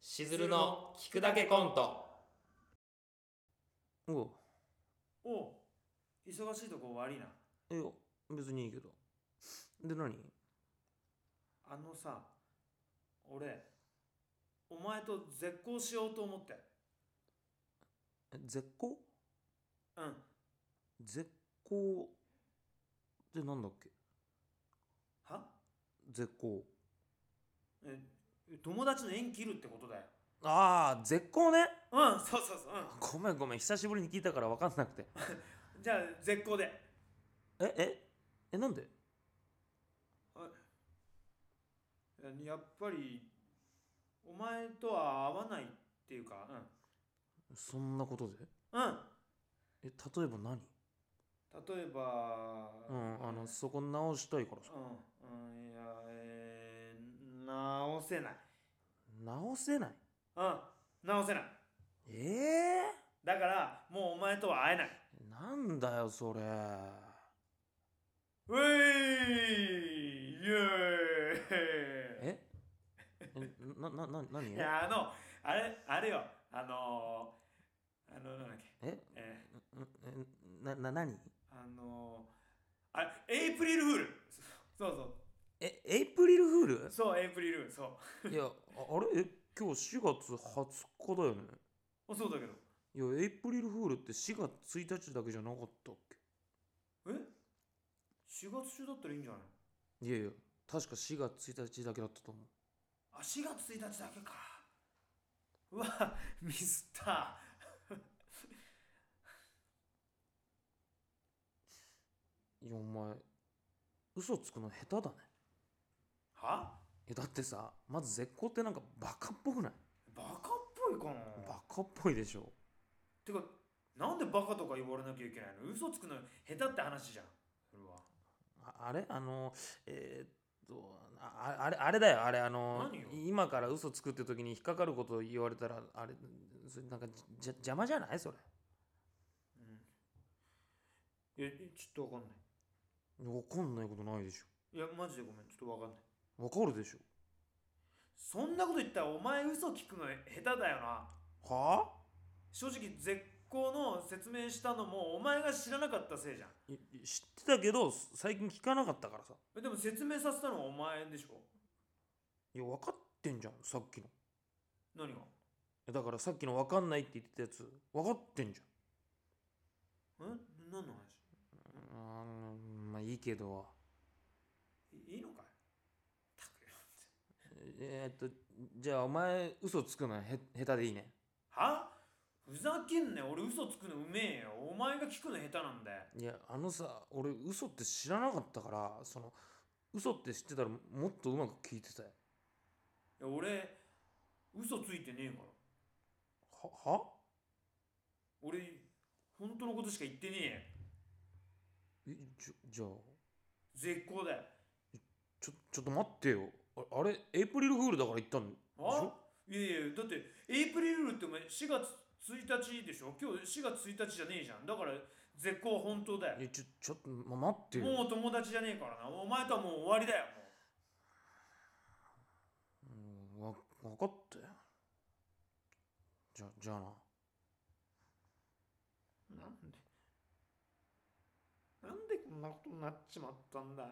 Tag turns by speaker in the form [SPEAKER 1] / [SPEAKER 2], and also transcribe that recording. [SPEAKER 1] しずるの聞くだけコント。
[SPEAKER 2] お
[SPEAKER 3] おう忙しいとこ悪いな
[SPEAKER 2] ういや別にいいけどで何
[SPEAKER 3] あのさ俺お前と絶交しようと思って
[SPEAKER 2] え絶好
[SPEAKER 3] うん
[SPEAKER 2] 絶好ってなんだっけ
[SPEAKER 3] は
[SPEAKER 2] 絶好
[SPEAKER 3] え友達の縁切るってことだよ
[SPEAKER 2] ああ絶好ね
[SPEAKER 3] うんそうそうそ
[SPEAKER 2] ご
[SPEAKER 3] う、
[SPEAKER 2] めんごめん久しぶりに聞いたから分かんなくて
[SPEAKER 3] うん、じゃあ絶交で
[SPEAKER 2] えええなんで
[SPEAKER 3] えやっぱりお前とは合わないっていうか
[SPEAKER 2] そんなことで
[SPEAKER 3] うんうん
[SPEAKER 2] え例えば何
[SPEAKER 3] 例えば
[SPEAKER 2] うんあのそこ直したいからさ
[SPEAKER 3] うん、うん、いや、えー、直せない
[SPEAKER 2] 直せない
[SPEAKER 3] うん直せない
[SPEAKER 2] ええ
[SPEAKER 3] だからもうお前とは会えない
[SPEAKER 2] なんだよそれ
[SPEAKER 3] ウェイイエーイ
[SPEAKER 2] えななな何
[SPEAKER 3] いやあのあれあれよあのー、あのなんだっけ
[SPEAKER 2] え
[SPEAKER 3] えー、
[SPEAKER 2] うんえなな何
[SPEAKER 3] あのー、あれエイプリルフールそうそう
[SPEAKER 2] えエイプリルフール
[SPEAKER 3] そうエイプリルフールそう
[SPEAKER 2] いやああれえ今日4月20日だよね
[SPEAKER 3] おそうだけど
[SPEAKER 2] いやエイプリルフールって4月1日だけじゃなかったっ
[SPEAKER 3] え4月中だったらいいんじゃないの
[SPEAKER 2] けいやいや確か4月1日だけだったと思う
[SPEAKER 3] あ4月1日だけかうわ ミスった
[SPEAKER 2] いやお前嘘つくの下手だね
[SPEAKER 3] はい
[SPEAKER 2] やだってさまず絶好ってなんかバカっぽくない
[SPEAKER 3] バカっぽいかな
[SPEAKER 2] バカっぽいでしょ
[SPEAKER 3] てかなんでバカとか言われなきゃいけないの嘘つくの下手って話じゃんそれは
[SPEAKER 2] ああれあのえーっとあああれあれだよあれあの
[SPEAKER 3] 何よ
[SPEAKER 2] 今から嘘つくって時に引っかかることを言われたらあれそれなんかじゃ邪魔じゃないそれ
[SPEAKER 3] いやちょっとわかんない
[SPEAKER 2] わかんないことないでしょ
[SPEAKER 3] いやマジでごめんちょっとわかんない
[SPEAKER 2] わかるでしょ
[SPEAKER 3] そんなこと言ったらお前嘘聞くの下手だよな
[SPEAKER 2] はあ
[SPEAKER 3] 正直絶好の説明したのもお前が知らなかったせいじゃん
[SPEAKER 2] いい知ってたけど最近聞かなかったからさ
[SPEAKER 3] えでも説明させたのはお前でしょ
[SPEAKER 2] いや分かってんじゃんさっきの
[SPEAKER 3] 何が
[SPEAKER 2] えだからさっきの分かんないって言ってたやつ分かってんじゃん
[SPEAKER 3] え何の話
[SPEAKER 2] あーまあいいけど
[SPEAKER 3] いいいのかいったくよ
[SPEAKER 2] えーっとじゃあお前嘘つくのへ下手でいいね
[SPEAKER 3] はふざけんなよ俺嘘つくのうめえよお前が聞くの下手なんだよ
[SPEAKER 2] いやあのさ俺嘘って知らなかったからその嘘って知ってたらもっとうまく聞いてたよ
[SPEAKER 3] いや俺嘘ついてねえから
[SPEAKER 2] はは
[SPEAKER 3] 俺本当のことしか言ってねえよ
[SPEAKER 2] えじゃじゃあ
[SPEAKER 3] 絶好だよ
[SPEAKER 2] ちょちょっと待ってよああれエイプリルフールだから言ったんでし
[SPEAKER 3] あ
[SPEAKER 2] ょ
[SPEAKER 3] いやいやだってエイプリルフールってお前4月1日でしょ今日4月1日じゃねえじゃんだから絶好は本当だよ
[SPEAKER 2] いやちょちょっと、ま、待ってよ
[SPEAKER 3] もう友達じゃねえからなお前とはもう終わりだよも
[SPEAKER 2] うんわ分かったよじゃじゃあな
[SPEAKER 3] うなんでなんでこんなことになっちまったんだよ